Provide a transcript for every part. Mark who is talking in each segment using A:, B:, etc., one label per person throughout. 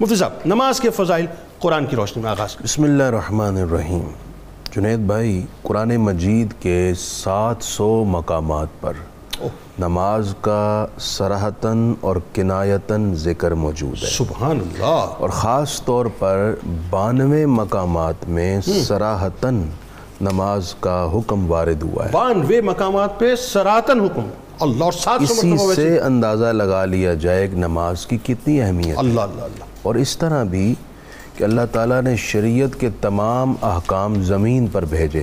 A: مفتی صاحب نماز کے فضائل قرآن کی روشنی میں آغاز کریں
B: بسم اللہ الرحمن الرحیم جنید بھائی قرآن مجید کے سات سو مقامات پر نماز کا سراہتاً اور کنایتاً ذکر موجود ہے
A: سبحان اللہ
B: اور خاص طور پر بانوے مقامات میں سراہتاً نماز کا حکم وارد ہوا ہے
A: بانوے مقامات پہ سراتن حکم اللہ اور سات سو
B: اسی
A: مرتبہ ویسے
B: سے اندازہ لگا لیا جائے کہ نماز کی کتنی اہمیت ہے
A: اللہ اللہ اللہ
B: اور اس طرح بھی کہ اللہ تعالیٰ نے شریعت کے تمام احکام زمین پر بھیجے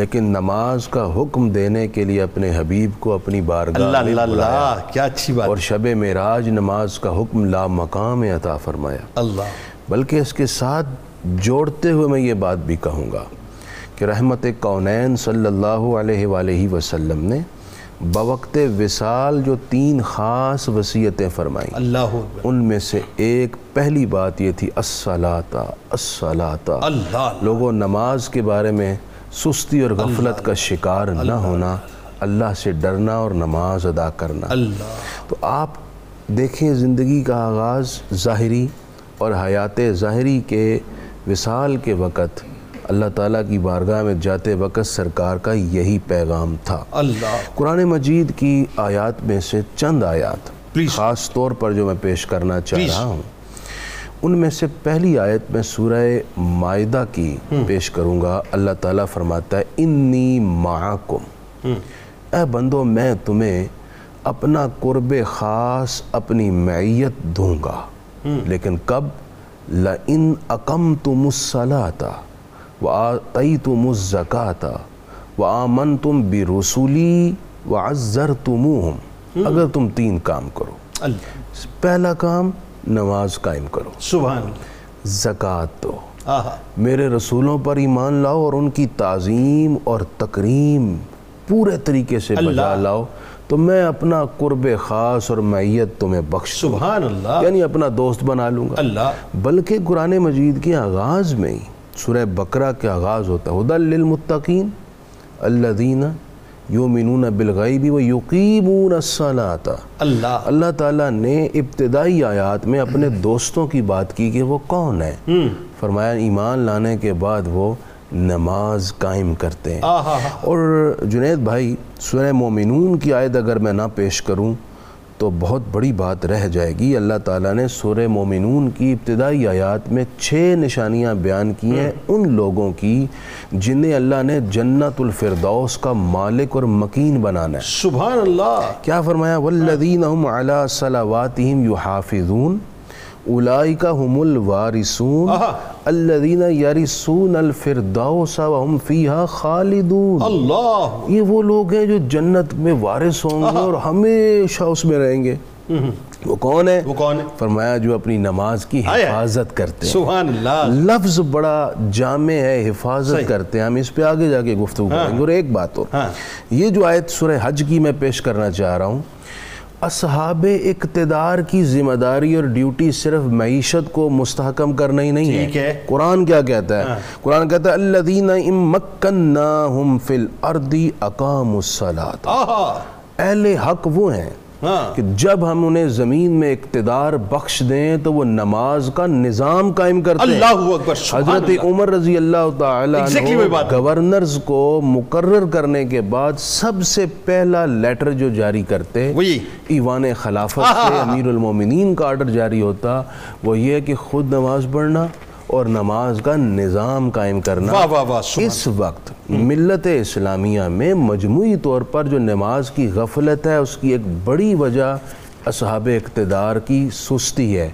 B: لیکن نماز کا حکم دینے کے لیے اپنے حبیب کو اپنی
A: اللہ
B: بارگاہ میں
A: اللہ
B: بلایا
A: اللہ کیا اچھی بات
B: اور شب معراج نماز کا حکم لا مقام عطا فرمایا
A: اللہ
B: بلکہ اس کے ساتھ جوڑتے ہوئے میں یہ بات بھی کہوں گا کہ رحمت کونین صلی اللہ علیہ وآلہ وسلم نے بوقت وصال جو تین خاص وصیتیں فرمائیں
A: اللہ اکبر
B: ان میں سے ایک پہلی بات یہ تھی السلاتا السلاتا
A: اللہ اللہ
B: لوگوں نماز کے بارے میں سستی اور غفلت کا شکار نہ ہونا اللہ سے ڈرنا اور نماز ادا کرنا
A: اللہ
B: تو آپ دیکھیں زندگی کا آغاز ظاہری اور حیات ظاہری کے وصال کے وقت اللہ تعالیٰ کی بارگاہ میں جاتے وقت سرکار کا یہی پیغام تھا
A: اللہ
B: قرآن مجید کی آیات میں سے چند آیات
A: Please.
B: خاص طور پر جو میں پیش کرنا چاہ
A: Please.
B: رہا ہوں ان میں سے پہلی آیت میں سورہ معدہ کی پیش کروں گا اللہ تعالیٰ فرماتا ہے انی معکم اے بندو میں تمہیں اپنا قرب خاص اپنی معیت دوں گا لیکن کب لَإِنْ أَقَمْتُمُ الصَّلَاةَ وَآتَيْتُمُ الزَّكَاةَ وآمنتم برسولی وعزرتموہم اگر تم تین کام کرو
A: اللہ
B: پہلا کام نماز قائم کرو
A: سبحان اللہ
B: زکوٰۃ دو
A: آہا
B: میرے رسولوں پر ایمان لاؤ اور ان کی تعظیم اور تکریم پورے طریقے سے بجا
A: اللہ۔
B: لاؤ تو میں اپنا قرب خاص اور معیت تمہیں بخش دوں
A: سبحان اللہ
B: یعنی اپنا دوست بنا لوں گا
A: اللہ
B: بلکہ قرآن مجید کے آغاز میں ہی سورہ بقرہ کے آغاز ہوتا ہے ہدل للمتقین الذین یومنون بالغیب و یقیمون الصلاۃ
A: اللہ
B: اللہ تعالیٰ نے ابتدائی آیات میں اپنے دوستوں کی بات کی کہ وہ کون ہیں فرمایا ایمان لانے کے بعد وہ نماز قائم کرتے ہیں
A: آہا
B: اور جنید بھائی سورہ مومنون کی آیت اگر میں نہ پیش کروں تو بہت بڑی بات رہ جائے گی اللہ تعالیٰ نے سورہ مومنون کی ابتدائی آیات میں چھ نشانیاں بیان کی ہیں ان لوگوں کی جنہیں اللہ نے جنت الفردوس کا مالک اور مکین بنانا ہے
A: سبحان اللہ
B: کیا فرمایا والذین هم علی صلواتهم يحافظون اولئک هم الوارثون
A: آہا۔
B: الذین یرثون الفردوس وهم فیها خالدون
A: اللہ
B: یہ وہ لوگ ہیں جو جنت میں وارث ہوں گے اور ہمیشہ اس میں رہیں گے وہ کون ہے
A: وہ کون ہے
B: فرمایا جو اپنی نماز کی
A: آیا۔
B: حفاظت کرتے ہیں
A: سبحان اللہ
B: لفظ بڑا جامع ہے حفاظت کرتے ہیں ہم اس پہ آگے جا کے گفتگو کریں گے اور ایک بات اور
A: ہاں
B: یہ جو آیت سورہ حج کی میں پیش کرنا چاہ رہا ہوں اصحاب اقتدار کی ذمہ داری اور ڈیوٹی صرف معیشت کو مستحکم کرنا ہی نہیں
A: ٹھیک ہے۔ ہاں۔
B: ہے قرآن کیا کہتا ہے قرآن کہتا ہے اللہ دین مکناہم فی الارض اقام الصلاۃ
A: آہا
B: اہل حق وہ ہیں
A: ہاں
B: کہ جب ہم انہیں زمین میں اقتدار بخش دیں تو وہ نماز کا نظام قائم کرتے ہیں
A: اللہ اکبر سبحان
B: حضرت
A: اللہ
B: عمر رضی اللہ تعالیٰ
A: Exactly
B: عنہ
A: وہی بات ہے۔
B: گورنرز کو مقرر کرنے کے بعد سب سے پہلا لیٹر جو جاری کرتے
A: وہی
B: ایوان خلافت سے امیر المومنین کا آرڈر جاری ہوتا وہ یہ کہ خود نماز پڑھنا اور نماز کا نظام قائم کرنا
A: واہ واہ واہ سبحان
B: اس وقت ملت اسلامیہ میں مجموعی طور پر جو نماز کی غفلت ہے اس کی ایک بڑی وجہ اصحاب اقتدار کی سستی ہے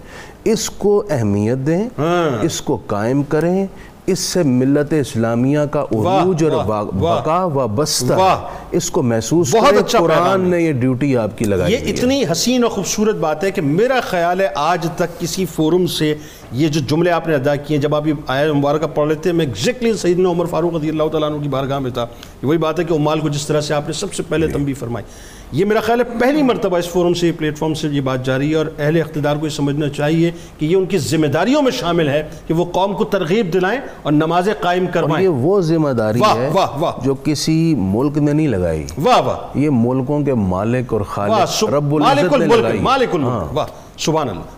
B: اس کو اہمیت دیں
A: ہاں۔
B: اس کو قائم کریں اس سے ملت اسلامیہ کا عروج اور
A: واہ،
B: بق-
A: واہ،
B: بقا و بستہ
A: واہ۔
B: اس کو محسوس
A: بہت
B: کریں
A: اچھا پیغام
B: قرآن
A: ہے۔
B: نے یہ ڈیوٹی آپ کی لگائی
A: یہ
B: ہوئی ہے۔
A: اتنی حسین اور خوبصورت بات ہے کہ میرا خیال ہے آج تک کسی فورم سے یہ جو جملے آپ نے ادا کیے جب آپ یہ آیا مبارکہ پڑھ لیتے ہیں میں ایگزیکٹلی سیدنا عمر فاروق رضی اللہ تعالیٰ عنہ کی بارگاہ میں تھا یہ وہی بات ہے کہ عمال کو جس طرح سے آپ نے سب سے پہلے
B: جی۔
A: تنبیہ فرمائی یہ میرا خیال ہے پہلی مرتبہ اس فورم سے پلیٹ فارم سے یہ بات جاری ہے اور اہل اقتدار کو یہ سمجھنا چاہیے کہ یہ ان کی ذمہ داریوں میں شامل ہے کہ وہ قوم کو ترغیب دلائیں اور نمازیں قائم
B: اور
A: کروائیں
B: یہ وہ ذمہ داری
A: واہ،
B: ہے
A: واہ، واہ۔
B: جو کسی ملک نے نہیں لگائی
A: واہ واہ
B: یہ ملکوں کے مالک اور
A: واہ،
B: خالق
A: سب-
B: رب
A: مالک
B: العزت نے
A: الملک
B: لگائی
A: مالک الملک
B: ہاں
A: واہ سبحان اللہ